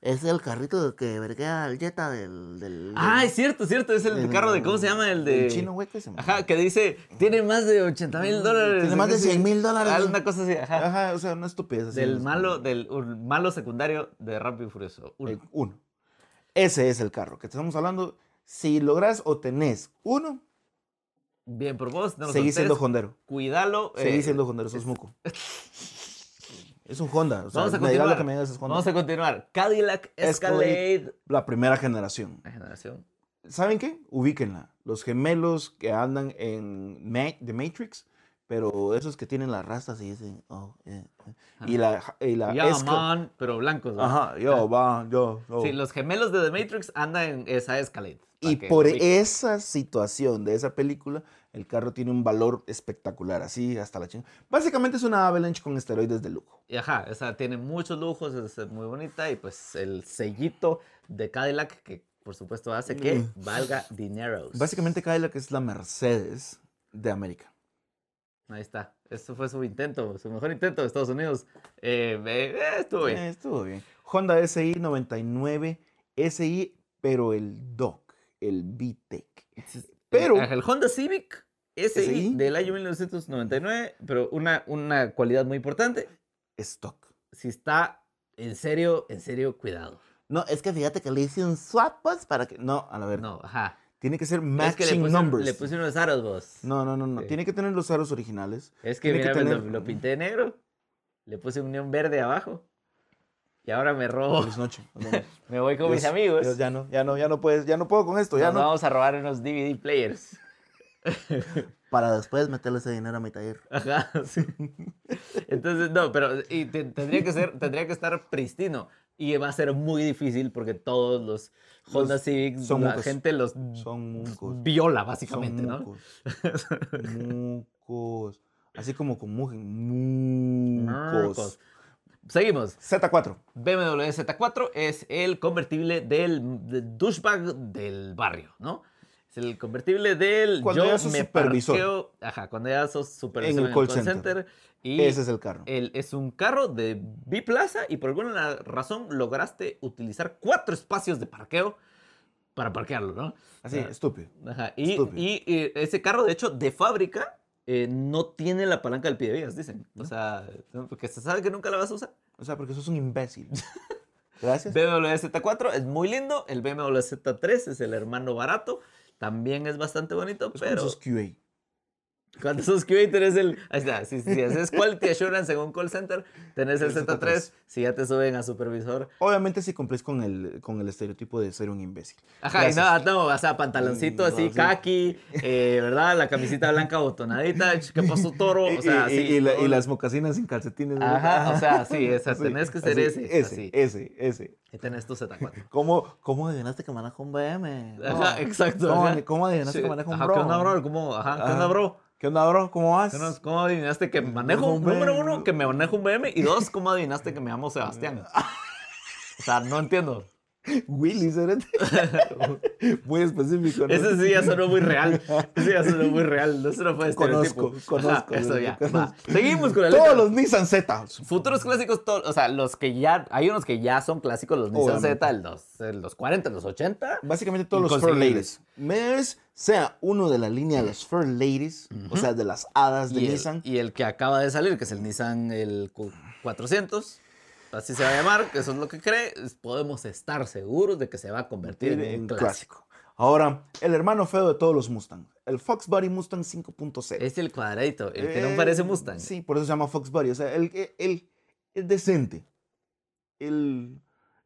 S4: Es el carrito que verguea el Jetta del. del
S2: Ah, es cierto, es cierto. Es el
S3: el-
S2: carro de, ¿cómo se llama? El de...
S3: el chino hueco ese, man.
S2: Ajá, que dice, tiene más de 80 mil dólares.
S3: Tiene más de 100 mil dólares.
S2: Ah, Una cosa así, ajá.
S3: Ajá, o sea, una estupidez. así, este, eh,
S2: Del
S3: no sé.
S2: malo, del un malo secundario de Rápido y Furioso. uno.
S3: El uno. Ese es el carro que te estamos hablando. Si logras o tenés uno,
S2: Bien por vos, no lo
S3: seguís siendo
S2: soltés,
S3: hondero.
S2: Cuídalo. eh,
S3: Seguís siendo hondero, sos muco. Es un Honda. O sea,
S2: vamos a
S3: me digas lo
S2: continuar.
S3: que me digas es Honda.
S2: Vamos a continuar. Cadillac
S3: Escalade.
S2: Escalade.
S3: La primera generación.
S2: La generación.
S3: ¿Saben qué? Ubíquenla. Los gemelos que andan en Ma- The Matrix, pero esos que tienen las rastas y dicen, oh, eh, eh. Y la, y la
S2: Ya,
S3: esca-
S2: man, pero blancos. ¿no?
S3: Ajá, yo, va, yo, yo.
S2: Sí, los gemelos de The Matrix andan en esa Escalade.
S3: Y
S2: para que
S3: por
S2: lo ubiquen.
S3: esa situación de esa película, el carro tiene un valor espectacular, así hasta la chingada. Básicamente es una Avalanche con esteroides de lujo.
S2: Y Ajá, o sea, tiene muchos lujos, es eh, muy bonita y pues el sellito de Cadillac que por supuesto hace que
S3: Mm.
S2: valga dineros.
S3: Básicamente Cadillac es la Mercedes de América.
S2: Ahí está. Eso fue su intento, su mejor intento de Estados Unidos. Eh, eh, eh, estuvo bien.
S3: Eh, estuvo bien. Honda SI 99 SI, pero el DOC, el VTEC. Pero-
S2: eh, El, el Honda Civic SI,
S3: SI.
S2: del año 1999, pero una, una cualidad muy importante,
S3: Stock.
S2: si está en serio, en serio, cuidado.
S4: No, es que fíjate que le hice un swap, pues, para que.
S3: No, a la verdad.
S2: No, ajá.
S3: Tiene que ser
S2: Es que
S3: matching
S2: le pusieron,
S3: numbers.
S2: le pusieron los aros vos.
S3: No, no, no, no.
S2: Sí.
S3: Tiene que tener los aros originales.
S2: es que,
S3: tiene que
S2: mira, me lo,
S3: tener-
S2: lo pinté de negro, le puse un neón verde abajo y ahora me robo.
S3: Feliz noche. Nos vemos.
S2: Me voy con Oh. mis
S3: Pues, Dios,
S2: amigos.
S3: Dios, ya no, ya no, ya no puedes, ya no puedo con esto, ya
S2: Nos
S3: no.
S2: vamos a robar unos DVD players.
S4: Para después meterle ese dinero a mi taller.
S2: Ajá, sí. Entonces, no, pero y te- tendría, que ser, tendría que estar pristino. Y va a ser muy difícil porque todos los Honda
S3: Los-
S2: Civics,
S3: son
S2: la
S3: mucos.
S2: gente los
S3: Son mucos.
S2: viola,
S3: Son
S2: básicamente, ¿no?
S3: mucos. Mucos. Así como con mugen. Mucos.
S2: Mucos. Seguimos.
S3: Z4.
S2: BMW Z4 es el convertible del, del douchebag del barrio, ¿no? Es el convertible del
S3: Cuando
S2: yo
S3: ya sos
S2: me
S3: supervisor.
S2: parqueo- ajá, cuando ya sos supervisor
S3: el
S2: en
S3: call
S2: el call center.
S3: center.
S2: y
S3: Ese es el carro.
S2: El- es un carro de biplaza y por alguna razón lograste utilizar cuatro espacios de parqueo para parquearlo, ¿no? Ah,
S3: Así, estúpido.
S2: Ajá, Y,
S3: Estúpido.
S2: y, eh, ese carro, de hecho, de fábrica, eh, no tiene la palanca del pie de vías, dicen. O sea, ¿no? porque se sabe que nunca la vas a usar.
S3: O sea, porque sos un imbécil. Gracias.
S2: BMW Z4 es muy lindo. El BMW Z3 es el hermano barato. También es bastante bonito,
S3: Pues,
S2: pero.
S3: sos QA.
S2: Cuando sos QA tenés el... Ahí está, si, si haces Quality Assurance en un call center, tenés el
S3: El Z3.
S2: Z3, si ya te suben a supervisor.
S3: Obviamente si cumplís con el, con el estereotipo de ser un imbécil.
S2: Ajá,
S3: Gracias.
S2: y nada, no, o sea, pantaloncito
S3: Mm,
S2: así,
S3: no, sí.
S2: kaki, eh, ¿verdad? La camisita blanca botonadita, ch- que pasó toro,
S3: Y-
S2: o sea,
S3: y,
S2: sí.
S3: y la- y
S2: todo.
S3: las mocasinas sin calcetines. ¿verdad?
S2: Ajá, o sea, sí, esa, tenés que ser ese,
S3: así, Ese, Eh.
S2: así.
S3: ese, ese.
S2: Y tenés tu Z4.
S3: ¿Cómo, cómo
S4: adivinaste que maneja un BM?
S2: Ajá, exacto.
S3: ¿Cómo,
S2: ajá.
S3: cómo adivinaste
S2: Sí,
S3: que maneja un
S2: ajá,
S3: bro? Ah.
S2: ¿Qué onda, bro? ¿Cómo, ajá, ¿Qué
S3: Ajá.
S2: onda, bro?
S3: ¿Qué onda, bro? ¿Cómo vas?
S2: ¿Qué nos- ¿Cómo adivinaste que manejo,
S3: Un
S2: número
S3: BM.
S2: uno, que me manejo un BM? Y dos, ¿cómo adivinaste que me llamo Sebastián? O sea, no entiendo.
S3: Willy, ¿sabes? Muy específico. ¿no?
S2: Ese sí ya sonó muy real. Ese ya sonó muy real. No se lo puede
S3: Conozco, conozco,
S2: eso ya.
S3: conozco.
S2: va. Seguimos con la letra.
S3: Todos los Nissan Z.
S2: Futuros clásicos, to- o sea, los que ya, hay unos que ya son clásicos, los Nissan
S3: Obviamente.
S2: Z, el los, el los 40, los 80.
S3: Básicamente todos los Fair
S2: Inconseguibles.
S3: Ladies. Mers sea uno de la línea de las Fair Ladies, o sea, de las hadas de
S2: Y el,
S3: Nissan.
S2: y el que acaba de salir, que es el Nissan el cu- 400, así se va a llamar, que eso es lo que cree, es- podemos estar seguros de que se va a convertir en
S3: en
S2: un
S3: clásico.
S2: clásico.
S3: Ahora, el hermano feo de todos los Mustang, el Fox Body Mustang 5.0.
S2: Es el cuadradito, el que no
S3: Eh,
S2: parece Mustang.
S3: Sí, por eso se llama Fox Body. O sea, el, que- el, el decente. El,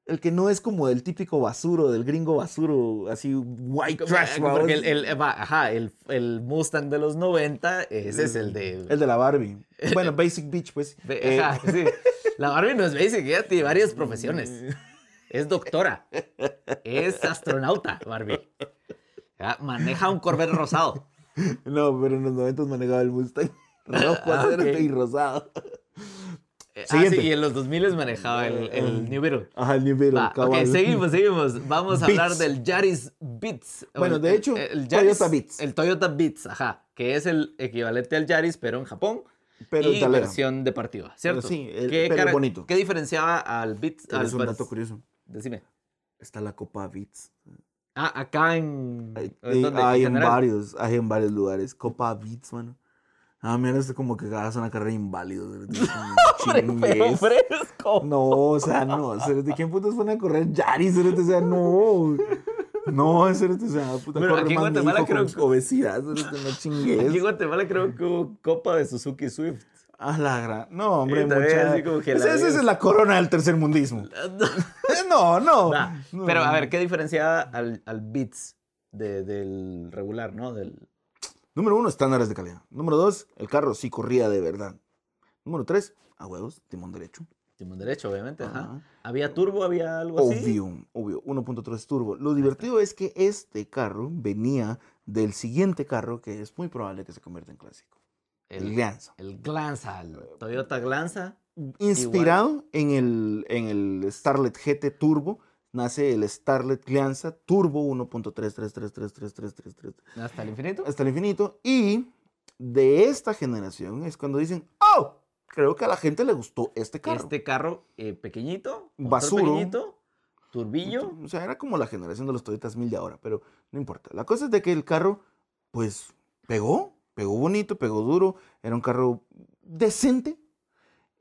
S3: el que no es como el típico basuro, del gringo basuro, así white
S2: Como-
S3: trash.
S2: como
S3: babos.
S2: Porque el, el- va, ajá, el, el Mustang de los 90, ese es el de...
S3: El de la Barbie. Bueno, Basic Beach, pues.
S2: de-
S3: Eh,
S2: ajá, sí. La Barbie no es basic, ella tiene varias profesiones. Es doctora. Es astronauta, Barbie. Ya, Maneja un Corvette rosado.
S3: No, pero en los 90 manejaba el Mustang. Rojo,
S2: Ah,
S3: acero
S2: ok.
S3: y rosado.
S2: Eh, Ah,
S3: Siguiente.
S2: sí, y en los 2000 manejaba el, el New Beetle.
S3: Ajá, el New Beetle,
S2: Va, ok,
S3: cabal.
S2: seguimos, seguimos. Vamos a hablar
S3: Beats.
S2: del Yaris Beats. O
S3: Bueno,
S2: el-
S3: de
S2: el-
S3: hecho,
S2: el,
S3: Toyota Beats.
S2: El Toyota Beats, ajá, que es el equivalente al Yaris, pero en Japón.
S3: Pero
S2: y
S3: italiano.
S2: versión deportiva, ¿cierto?
S3: sí, el-
S2: ¿Qué
S3: pero
S2: cara-
S3: bonito.
S2: ¿Qué diferenciaba al Beats?
S3: Pero
S2: al
S3: Es un
S2: Buzz?
S3: dato curioso.
S2: Decime.
S3: Está la Copa Beats.
S2: Ah, acá en...
S3: Hay,
S2: ¿en dónde?
S3: eh, hay en
S2: general?
S3: varios, hay en varios lugares. Copa Beats, mano. Ah, mira, es como que hagas una carrera inválido.
S2: Pero
S3: Chingues.
S2: fresco.
S3: No, o sea, no. ¿De quién putas van a correr Yaris? cerote? O sea, no. No, cerote, o sea, puta,
S2: Bueno,
S3: corre
S2: aquí en
S3: más mi
S2: Guatemala
S3: hijo
S2: creo
S3: con
S2: que-
S3: obesidad, cerote, no chingues.
S2: Aquí en Guatemala creo que hubo Copa de Suzuki Swift.
S3: A la gran... No, hombre,
S2: Y también
S3: mucha...
S2: así como que la
S3: Esa, esa
S2: ves.
S3: es la corona del tercermundismo. No, no.
S2: Va,
S3: no.
S2: Ah, Pero a ver, ¿qué diferenciaba al, al Beats de- del regular, no? Del...
S3: Número uno, estándares de calidad. Número dos, el carro sí corría de verdad. Número tres, a huevos, timón derecho.
S2: Timón derecho, obviamente, ajá.
S3: Ajá.
S2: ¿Había turbo? ¿Había algo así?
S3: Obvio, obvio. 1.3 turbo. Lo divertido es que este carro venía del siguiente carro que es muy probable que se convierta en clásico. El,
S2: El,
S3: Glanza.
S2: el Glanza, el Toyota Glanza.
S3: Inspirado en el, en el Starlet GT Turbo, nace el Starlet Glanza Turbo 1.333333333
S2: ¿Hasta el infinito?
S3: hasta el infinito. Y de esta generación es cuando dicen, oh, creo que a la gente le gustó este carro.
S2: Este carro eh, pequeñito, motor
S3: Basuro.
S2: pequeñito, turbillo.
S3: O sea, era como la generación de los Toyotas 1000 de ahora, pero no importa. La cosa es de que el carro, pues, pegó, pegó bonito, pegó duro, era un carro decente,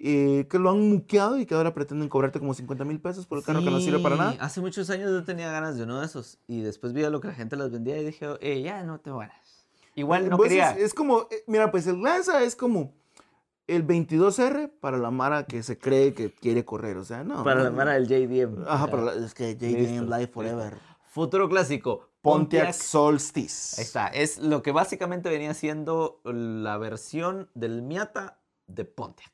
S3: eh, que lo han muqueado y que ahora pretenden cobrarte como 50 mil pesos por el carro que no sirve para
S2: Sí,
S3: nada.
S2: Hace muchos años yo tenía ganas de uno de esos y después vi a lo que la gente las vendía y dije, eh, ya no te ganas. Igual no
S3: Pues
S2: quería.
S3: es, es como, eh, mira, pues el Lanza es como el 22R para la Mara que se cree que quiere correr, o sea, no.
S2: para la
S3: no,
S2: mara del JDM.
S3: Ajá, para la- es que JDM
S2: Listo,
S3: Live Forever.
S2: Futuro clásico.
S3: Pontiac
S2: Pontiac
S3: Solstice.
S2: Ahí está, es lo que básicamente venía siendo la versión del Miata de Pontiac.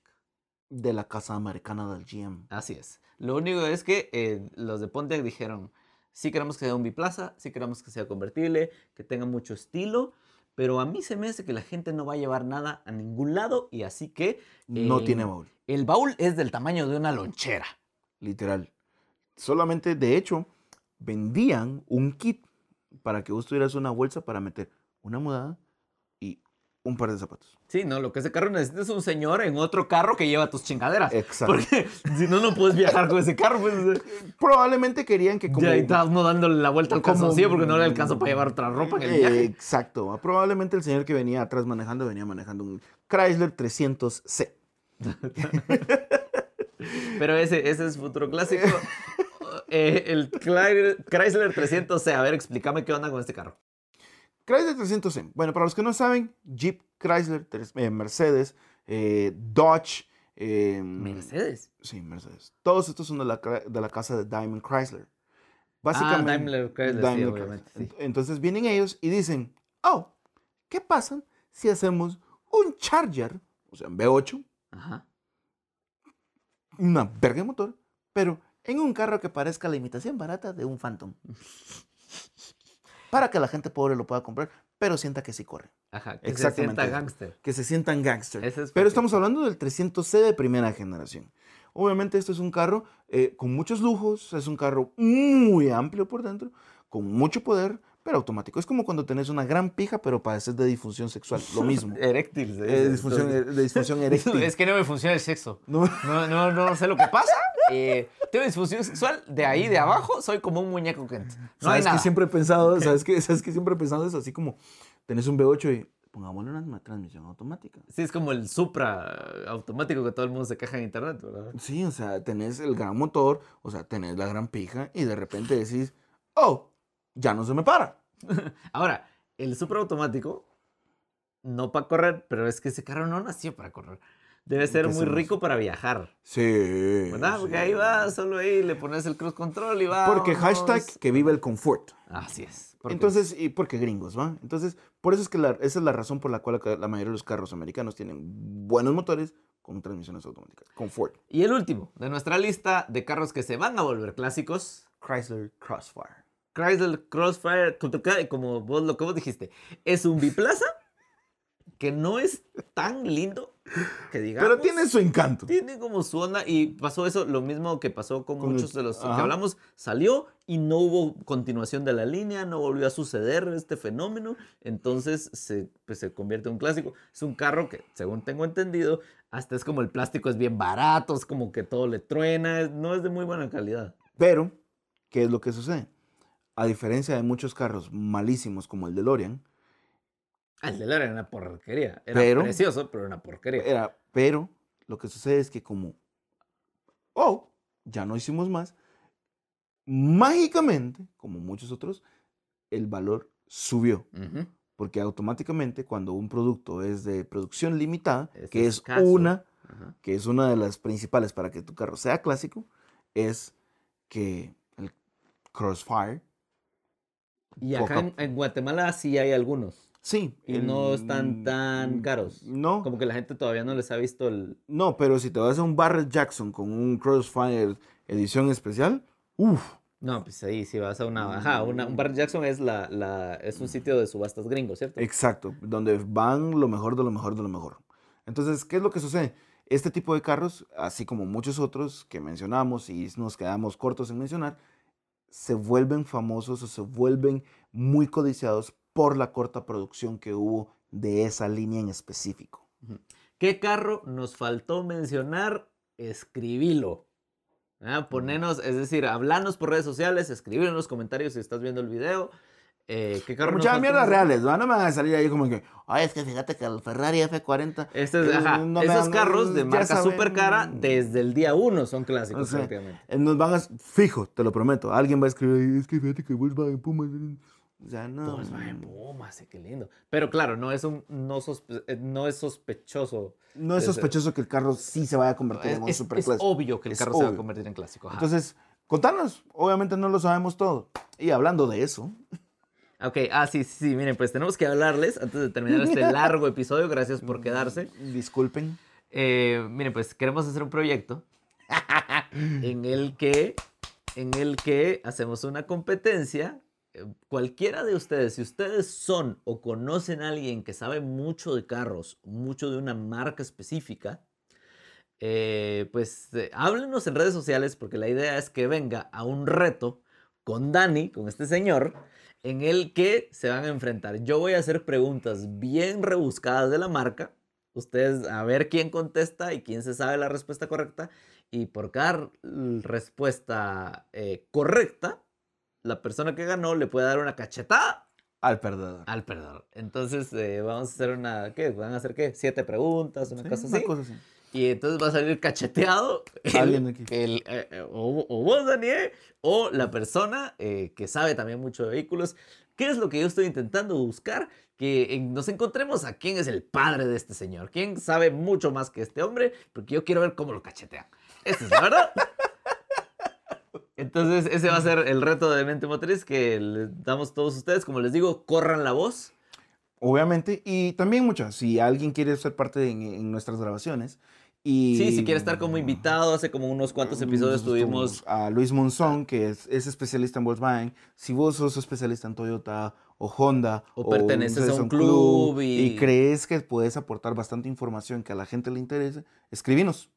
S3: De la casa americana del GM.
S2: Así es. Lo único es que eh, los de Pontiac dijeron, sí queremos que sea un biplaza, sí queremos que sea convertible, que tenga mucho estilo, pero a mí se me hace que la gente no va a llevar nada a ningún lado y así que
S3: No
S2: Eh,
S3: tiene baúl,
S2: el baúl es del tamaño de una lonchera.
S3: literal. Solamente, de hecho, vendían un kit para que vos tuvieras una bolsa para meter una mudada y un par de zapatos.
S2: Sí, no, lo que ese carro necesita es un señor en otro carro que lleva tus chingaderas.
S3: Exacto.
S2: Ah, Porque si no, no puedes viajar con ese carro. Pues, o sea,
S3: Probablemente querían que como...
S2: ya estás no dándole la vuelta al
S3: como-
S2: calzoncillo porque no le alcanza para llevar otra ropa en el
S3: Eh,
S2: viaje.
S3: Exacto. Probablemente el señor que venía atrás manejando venía manejando un Chrysler 300C.
S2: Pero ese, ese es futuro clásico. Eh, el Chrysler Chrysler 300C. A ver, explícame qué onda con este carro.
S3: Chrysler 300M. Bueno, para los que no saben, Jeep, Chrysler, tres- eh, Mercedes, eh, Dodge. eh,
S2: Mercedes.
S3: Sí, Mercedes. Todos estos son de la, cra- de la casa de Diamond Chrysler.
S2: Ah, Daimler Chrysler, sí, obviamente,
S3: Chrysler.
S2: sí.
S3: Ent- Entonces vienen ellos y dicen, oh, ¿qué pasa si hacemos un Charger, o sea, un V8,
S2: Ajá.
S3: una verga de motor, pero
S4: En un carro que parezca la imitación barata de un Phantom. Para que la gente pobre lo pueda comprar, pero sienta que sí corre.
S2: Ajá. Que se
S3: Exactamente.
S2: sienta gangster.
S3: que se sientan gangsters?
S2: Ese es
S3: Pero
S2: porque-
S3: estamos hablando del 300C de primera generación. Obviamente esto es un carro eh, con muchos lujos, es un carro muy amplio por dentro, con mucho poder, pero automático. Es como cuando tenés una gran pija, pero padeces de disfunción sexual, lo mismo.
S2: Eréctil. se
S3: Eh,
S2: dice,
S3: disfunción,
S2: entonces.
S3: de disfunción eréctil.
S5: Es que no me funciona el sexo.
S3: No,
S5: No, no, no sé lo que pasa. Eh, tengo disfunción sexual de ahí, de abajo. Soy como un muñeco Kent. No hay
S3: ¿Sabes
S5: nada.
S3: que siempre he pensado? ¿Sabes que, ¿Sabes que siempre he pensado? Es así como, tenés un V8 y
S4: Pongámosle una ma- transmisión automática.
S2: Sí, es como el Supra eh, automático que todo el mundo se queja en internet, ¿verdad?
S3: Sí, o sea, tenés el gran motor, o sea, tenés la gran pija y de repente decís, oh, ya no se me para.
S2: Ahora, el Supra automático, no para correr, pero es que ese carro no nació para correr. Debe ser muy
S3: hacemos?
S2: rico para viajar,
S3: Sí.
S2: ¿verdad?
S3: sí.
S2: Porque ahí va, solo ahí le pones el cruise control y va.
S3: Porque hashtag que vive el confort.
S2: Así es. porque-
S3: Entonces, y porque gringos, ¿va? Entonces, por eso es que la- esa es la razón por la cual la, la mayoría de los carros americanos tienen buenos motores con transmisiones automáticas. Confort.
S2: Y el último de nuestra lista de carros que se van a volver clásicos,
S3: Chrysler Crossfire.
S2: Chrysler Crossfire, como vos lo que vos dijiste, es un biplaza que no es tan lindo que digamos.
S3: Pero tiene su encanto.
S2: Tiene como su onda y pasó eso, lo mismo que pasó con,
S3: Con el-
S2: muchos de los
S3: ajá.
S2: que hablamos, salió y no hubo continuación de la línea, no volvió a suceder este fenómeno, entonces se, pues, se convierte en un clásico. Es un carro que, según tengo entendido, hasta es como el plástico es bien barato, es como que todo le truena, es- no es de muy buena calidad.
S3: Pero, ¿qué es lo que sucede? A diferencia de muchos carros malísimos como el DeLorean,
S2: Ah, El de Lara era una porquería, era
S3: Pero-
S2: precioso, pero una porquería.
S3: Era, pero lo que sucede es que como, oh, ya no hicimos más, mágicamente, como muchos otros, el valor subió.
S2: Ujú.
S3: Porque automáticamente cuando un producto es de producción limitada,
S2: Es
S3: que es
S2: escaso.
S3: una,
S2: Ajá.
S3: que es una de las principales para que tu carro sea clásico, es que el Crossfire,
S2: Y acá
S3: Poca-
S2: en, en Guatemala sí hay algunos,
S3: sí.
S2: Y no están
S3: el-
S2: tan caros.
S3: No.
S2: como que la gente todavía no les ha visto el,
S3: No, pero si te vas a un Barrett Jackson con un Crossfire edición especial, uff,
S2: No, pues ahí si vas a una... Ajá, una-
S3: Mm.
S2: un Bar Jackson es, la, la- es un sitio de subastas gringo, ¿cierto?
S3: exacto, donde van lo mejor de lo mejor de lo mejor. Entonces, ¿qué es lo que sucede? Este tipo de carros, así como muchos otros que mencionamos y nos quedamos cortos en mencionar, se vuelven famosos o se vuelven muy codiciados por la corta producción que hubo de esa línea en específico.
S2: ¿Qué carro nos faltó mencionar? Escribilo. Ah,
S3: Mm.
S2: Ponenos, es decir, hablanos por redes sociales, escribir en los comentarios si estás viendo el video. eh, ¿Qué carro nos
S3: Pero muchas
S2: faltó
S3: mierdas
S2: mencionar?
S3: reales, ¿va? no me van a salir ahí como que,
S4: Ay, es que fíjate que el Ferrari F40
S2: Este es-
S3: Eh,
S2: ajá,
S3: no me
S2: esos
S3: dan-
S2: carros de
S3: ya
S2: marca
S3: saben.
S2: súper cara desde el día uno son clásicos
S3: O sea,
S2: prácticamente.
S3: Eh, Nos van a. Fijo, te lo prometo. Alguien va a escribir. Es que fíjate que Volkswagen Puma. O sea, no.
S2: Volkswagen Puma, sí, qué lindo. Pero claro, no es, un, no sospe- eh, no es sospechoso.
S3: No es
S2: Ese-
S3: sospechoso que el carro sí se vaya a convertir en un
S2: eh, Es, es- es
S3: superclásico.
S2: obvio que el
S3: Es
S2: carro se va a
S3: obvio.
S2: convertir en clásico. ajá.
S3: Entonces, contanos. Obviamente no lo sabemos todo. Y hablando de eso,
S2: Ok, ah, sí, sí, sí, miren, pues tenemos que hablarles antes de terminar este largo episodio. Gracias por quedarse.
S3: disculpen.
S2: Eh, miren, pues queremos hacer un proyecto en el que, en el que hacemos una competencia. Eh, Cualquiera de ustedes, si ustedes son o conocen a alguien que sabe mucho de carros, mucho de una marca específica, eh, pues eh, háblenos en redes sociales porque la idea es que venga a un reto con Dani, con este señor, en el que se van a enfrentar. Yo voy a hacer preguntas bien rebuscadas de la marca. Ustedes a ver quién contesta y quién se sabe la respuesta correcta. Y por cada r- respuesta eh, correcta, la persona que ganó le puede dar una cachetada
S3: Al perdedor.
S2: al perdedor. Entonces eh, vamos a hacer una, ¿qué? ¿Van a hacer qué? ¿Siete preguntas? Una
S3: Sí,
S2: cosa
S3: una
S2: así.
S3: cosa así.
S2: Y entonces va a salir cacheteado el-
S3: Alguien aquí.
S2: el, eh, eh, o, o vos, Daniel, o la persona eh, que sabe también mucho de vehículos. ¿Qué es lo que yo estoy intentando buscar? Que eh, nos encontremos a quién es el padre de este señor, quién sabe mucho más que este hombre, porque yo quiero ver cómo lo cachetean. Esa es la verdad. Entonces, ese va a ser el reto de Mente Motriz que les damos todos ustedes. Como les digo, corran la voz.
S3: Obviamente, y también muchas, si alguien quiere ser parte de- en, en nuestras grabaciones. Y, Mm.
S2: Sí, si quiere estar como invitado, hace como unos cuantos episodios
S3: Nosotros
S2: tuvimos
S3: a Luis Monzón, que es, es especialista en Volkswagen. Si vos sos especialista en Toyota o Honda
S2: O perteneces a un
S3: Nissan
S2: club y-
S3: crees que puedes aportar bastante información que a la gente le interese, escribinos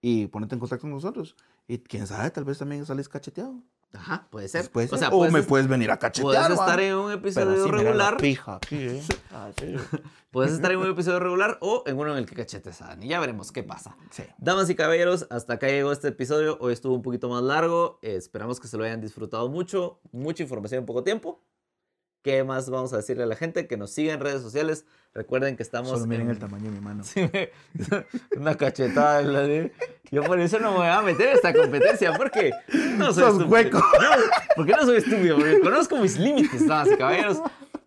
S3: y ponete en contacto con nosotros. Y quién sabe, tal vez también salís cacheteado.
S2: Ajá, puede ser.
S3: Pues puede ser. O,
S2: O sea, puedes,
S3: me
S2: est-
S3: puedes venir a
S2: puedes
S3: cachetear.
S2: estar
S3: ¿va?
S2: en un
S3: Pero
S2: episodio
S3: así, mira, la
S2: regular.
S3: pija aquí, ¿eh? Así.
S2: Puedes estar en un episodio regular o en uno en el que cachetes a Dani. Ya veremos qué pasa.
S3: Sí.
S2: Damas y caballeros, hasta acá llegó este episodio. Hoy estuvo un poquito más largo. Eh, esperamos que se lo hayan disfrutado mucho. Mucha información en poco tiempo. ¿Qué más vamos a decirle a la gente? Que nos siga en redes sociales. Recuerden que estamos.
S3: Solo miren
S2: en-
S3: el tamaño de mi mano.
S2: Sí, me- Una cachetada. en la de- Yo por eso no me voy a meter en esta competencia, porque no soy
S3: Sos
S2: estúpido.
S3: hueco.
S2: No, porque no soy estúpido, porque conozco mis límites, damas y caballeros.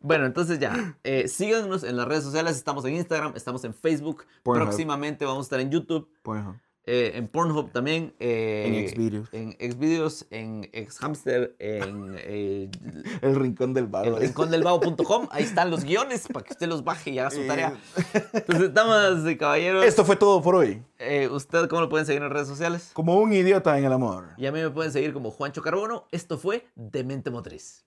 S2: Bueno, entonces ya, eh, síganos en las redes sociales, estamos en Instagram, estamos en Facebook,
S3: Pornhub.
S2: próximamente vamos a estar en YouTube,
S3: Pues, ajá.
S2: eh, en Pornhub también. eh,
S3: En Xvideos.
S2: En Xvideos, en Xhamster, en... eh,
S3: el rincón del barrio.
S2: el rincondelvago.com, ahí están los guiones para que usted los baje y haga su tarea.
S3: Eh.
S2: Entonces, damas y caballeros.
S3: Esto fue todo por hoy.
S2: Eh, ¿Usted cómo lo pueden seguir en redes sociales?
S3: Como un idiota en el amor.
S2: Y a mí me pueden seguir como Juancho Carbono. Esto fue Demente Motriz.